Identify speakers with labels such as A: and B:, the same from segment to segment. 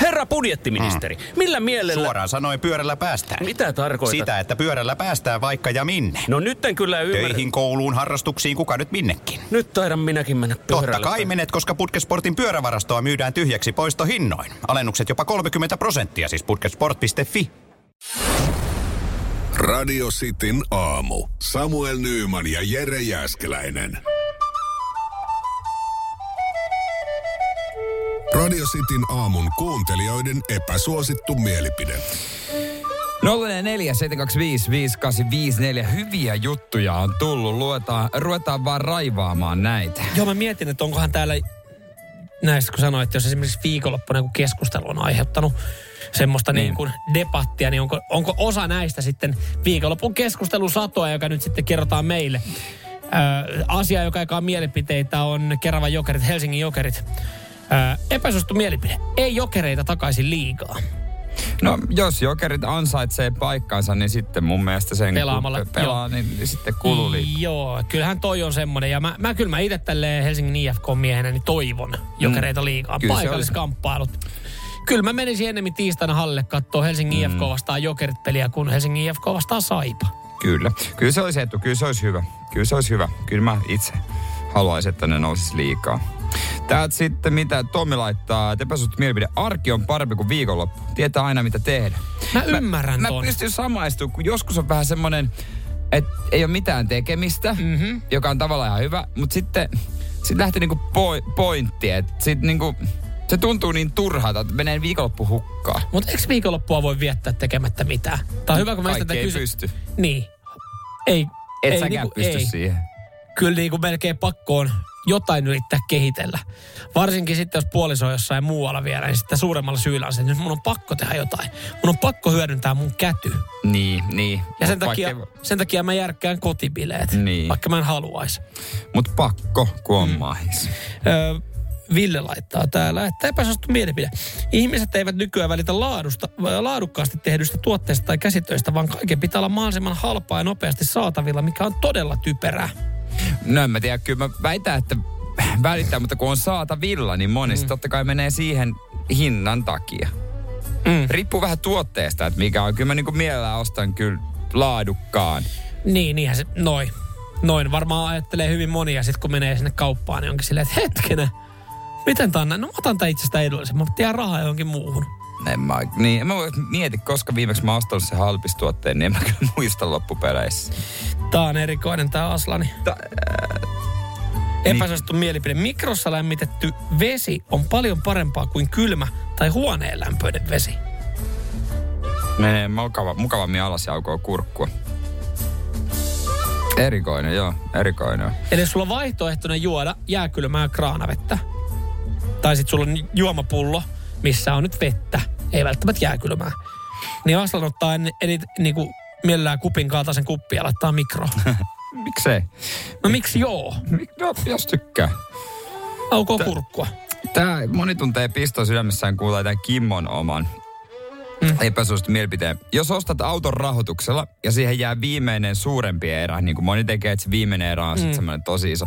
A: Herra budjettiministeri, mm. millä mielellä...
B: Suoraan sanoen pyörällä päästään.
A: Mitä tarkoitat?
B: Sitä, että pyörällä päästään vaikka ja minne.
A: No nyt en kyllä ymmärrä.
B: Töihin, kouluun, harrastuksiin, kuka nyt minnekin.
A: Nyt taidan minäkin mennä pyörällä.
B: Totta kai menet, koska Putkesportin pyörävarastoa myydään tyhjäksi poistohinnoin. Alennukset jopa 30 prosenttia, siis putkesport.fi.
C: Radio Cityn aamu. Samuel Nyyman ja Jere Jäskeläinen. Radio Cityn aamun kuuntelijoiden epäsuosittu mielipide.
D: 047255854. Hyviä juttuja on tullut. Luetaan, ruvetaan vaan raivaamaan näitä.
E: Joo, mä mietin, että onkohan täällä näistä, kun sanoit, että jos esimerkiksi viikonloppuna kun keskustelu on aiheuttanut semmoista niin.
D: Niin.
E: Niin kuin debattia, niin onko, onko osa näistä sitten viikonlopun keskustelusatoa, joka nyt sitten kerrotaan meille? Ö, asia, joka jakaa mielipiteitä, on Keravan jokerit, Helsingin jokerit. Ö, epäsuosittu mielipide. Ei jokereita takaisin liigaa.
D: No, jos jokerit ansaitsee paikkansa, niin sitten mun mielestä sen
E: Pelaamalla,
D: kun pe- pelaa, niin sitten kululi.
E: Joo, kyllähän toi on semmoinen. Ja mä, mä kyllä mä itse tälleen Helsingin IFK-miehenä niin toivon jokereita liikaa.
D: Mm. Kyllä se
E: Paikalliskamppailut. Kyllä mä menisin ennemmin tiistaina halle katsoa Helsingin
D: Mm.
E: IFK vastaan jokerit peliä, kuin Helsingin IFK vastaan saipa.
D: Kyllä. Kyllä se olisi etu, kyllä se olisi hyvä. Kyllä se olisi hyvä. Kyllä mä itse haluaisin, että ne nousisi liikaa. Täältä sitten, mitä Tommi laittaa, tepäsut mielipide, arki on parempi kuin viikonloppu. Tietää aina, mitä tehdä.
E: Mä ymmärrän
D: Mä
E: ton.
D: pystyn samaistumaan, kun joskus on vähän semmoinen, että ei ole mitään tekemistä, mm-hmm. joka on tavallaan ihan hyvä, mutta sitten sit lähtee niinku poi- pointti, että sit niinku, se tuntuu niin turhalta, että menee viikonloppu hukkaan.
E: Mutta eikö viikonloppua voi viettää tekemättä mitään? Tää on hyvä, kun mä sitä
D: Kaikki ei
E: kysyn.
D: pysty.
E: Niin. Ei.
D: Et
E: ei,
D: säkään
E: niinku-
D: pysty
E: ei.
D: siihen.
E: Kyllä niinku melkein pakko on jotain yrittää kehitellä. Varsinkin sitten, jos puoliso on jossain muualla vielä, niin sitten suuremmalla syyllä on se, että nyt mun on pakko tehdä jotain. Mun on pakko hyödyntää mun käty.
D: Niin, niin.
E: Ja sen
D: Mut
E: takia,
D: vaikkei-
E: sen takia mä järkkään kotibileet,
D: Niin.
E: vaikka mä en haluaisi.
D: Mut pakko, kun
E: Mm.
D: on mahis.
E: Öö, Ville laittaa täällä, että epäsuosittu mielipide. Ihmiset eivät nykyään välitä laadusta, laadukkaasti tehdyistä tuotteista tai käsitöistä, vaan kaiken pitää olla mahdollisimman halpaa ja nopeasti saatavilla, mikä on todella typerää.
D: No en mä tiedä, kyllä mä väitän, että välittää, mutta kun on saatavilla, niin monesti mm. totta kai menee siihen hinnan takia.
E: Mm.
D: Riippuu vähän tuotteesta, että mikä on. Kyllä mä niinku mielellään ostan kyllä laadukkaan.
E: Niin, niinhän se, noin. Noin varmaan ajattelee hyvin moni ja sitten kun menee sinne kauppaan, niin onkin silleen, että hetkinen, miten tää on näin? No mä otan tää itsestä edullisemmin, mutta jää rahaa johonkin muuhun.
D: En mä, niin, en mä voi mieti, koska viimeksi mä oon ostanut sen halpistuotteen, niin en mä kyllä muista loppupeleissä.
E: Tää on erikoinen tää Aslani.
D: Ta-
E: Epäsuosittu mielipide. Mikrossa lämmitetty vesi on paljon parempaa kuin kylmä tai huoneen lämpöinen vesi.
D: Menee mukava, mukavammin alas ja aukoo kurkkua. Erikoinen, joo. Erikoinen.
E: Eli jos sulla on vaihtoehtona juoda jääkylmää kraanavettä, tai sitten sulla on juomapullo, missä on nyt vettä, ei välttämättä jääkylmää, niin Aslan ottaa en, eli, niinku, mielellään kupin kaltaisen kuppi ja laittaa mikro.
D: Miksei?
E: No miksi joo?
D: Mik, no, jos tykkää.
E: Aukoo kurkkua.
D: Tää moni tuntee pistoa sydämessään kuulee tämän Kimmon oman mm. epäsuosittu mielipiteen. Jos ostat auton rahoituksella ja siihen jää viimeinen suurempi erä, niin kuin moni tekee, että se viimeinen erä on mm. sitten semmoinen tosi iso,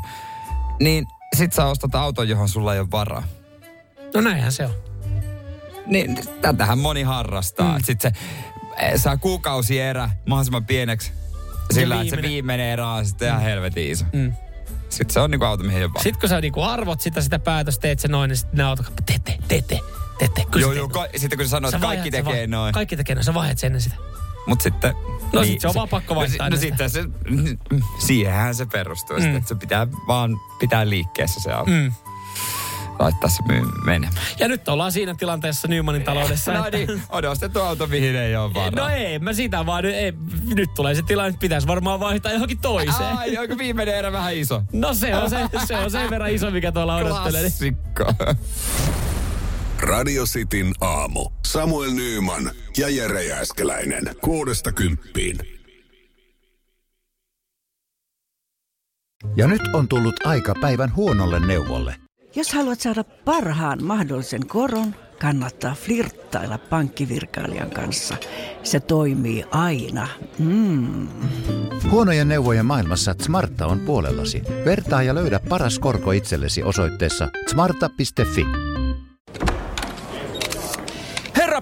D: niin sit sä ostat auton, johon sulla ei ole varaa.
E: No näinhän se on.
D: Niin tätähän moni harrastaa. Mm. Sitten se eh, saa kuukausierä mahdollisimman pieneksi sillä, että se
E: viimeinen-
D: viimeinen erä on sitten ihan helvetin iso. Mm. Sitten se on niinku auto, mihin ei ole varaa.
E: Sitten kun sä niinku arvot sitä, sitä päätöstä, teet se noin, niin sitten ne autokauppa, tete, tete, tete. Kyllä
D: Joo,
E: sä
D: joo,
E: teet noin.
D: ka- sitten kun sä sanoit,
E: Sä
D: että kaikki
E: vaihdat, sä
D: tekee
E: vaihdat.
D: noin.
E: Kaikki tekee noin, sä vaihdat sen ennen sitä.
D: Mut sitten...
E: No sit se on vaan pakko vaihtaa
D: No,
E: näitä.
D: si- no sitten se, siihenhän se perustuu. Mm. Sitten, että se pitää vaan pitää liikkeessä se auto. Mm. Laittaa se myy- menemään.
E: Ja nyt ollaan siinä tilanteessa Nymanin taloudessa.
D: No
E: että-
D: niin, on ostettu auto, mihin ei ole varaa.
E: No ei, mä sitä vaan nyt, ei, nyt tulee se tilanne, että pitäisi varmaan vaihtaa johonkin toiseen.
D: Ai, onko viimeinen erä vähän iso?
E: No se on, se, se on sen verran iso, mikä tuolla odottelee. niin-
D: Klassikko.
C: Radio Cityn aamu. Samuel Nyyman ja Jere Jäskeläinen. Kuudesta kymppiin.
F: Ja nyt on tullut aika päivän huonolle neuvolle.
G: Jos haluat saada parhaan mahdollisen koron, kannattaa flirttailla pankkivirkailijan kanssa. Se toimii aina. Mm.
F: Huonojen neuvojen maailmassa Smarta on puolellasi. Vertaa ja löydä paras korko itsellesi osoitteessa smarta.fi.
A: Herra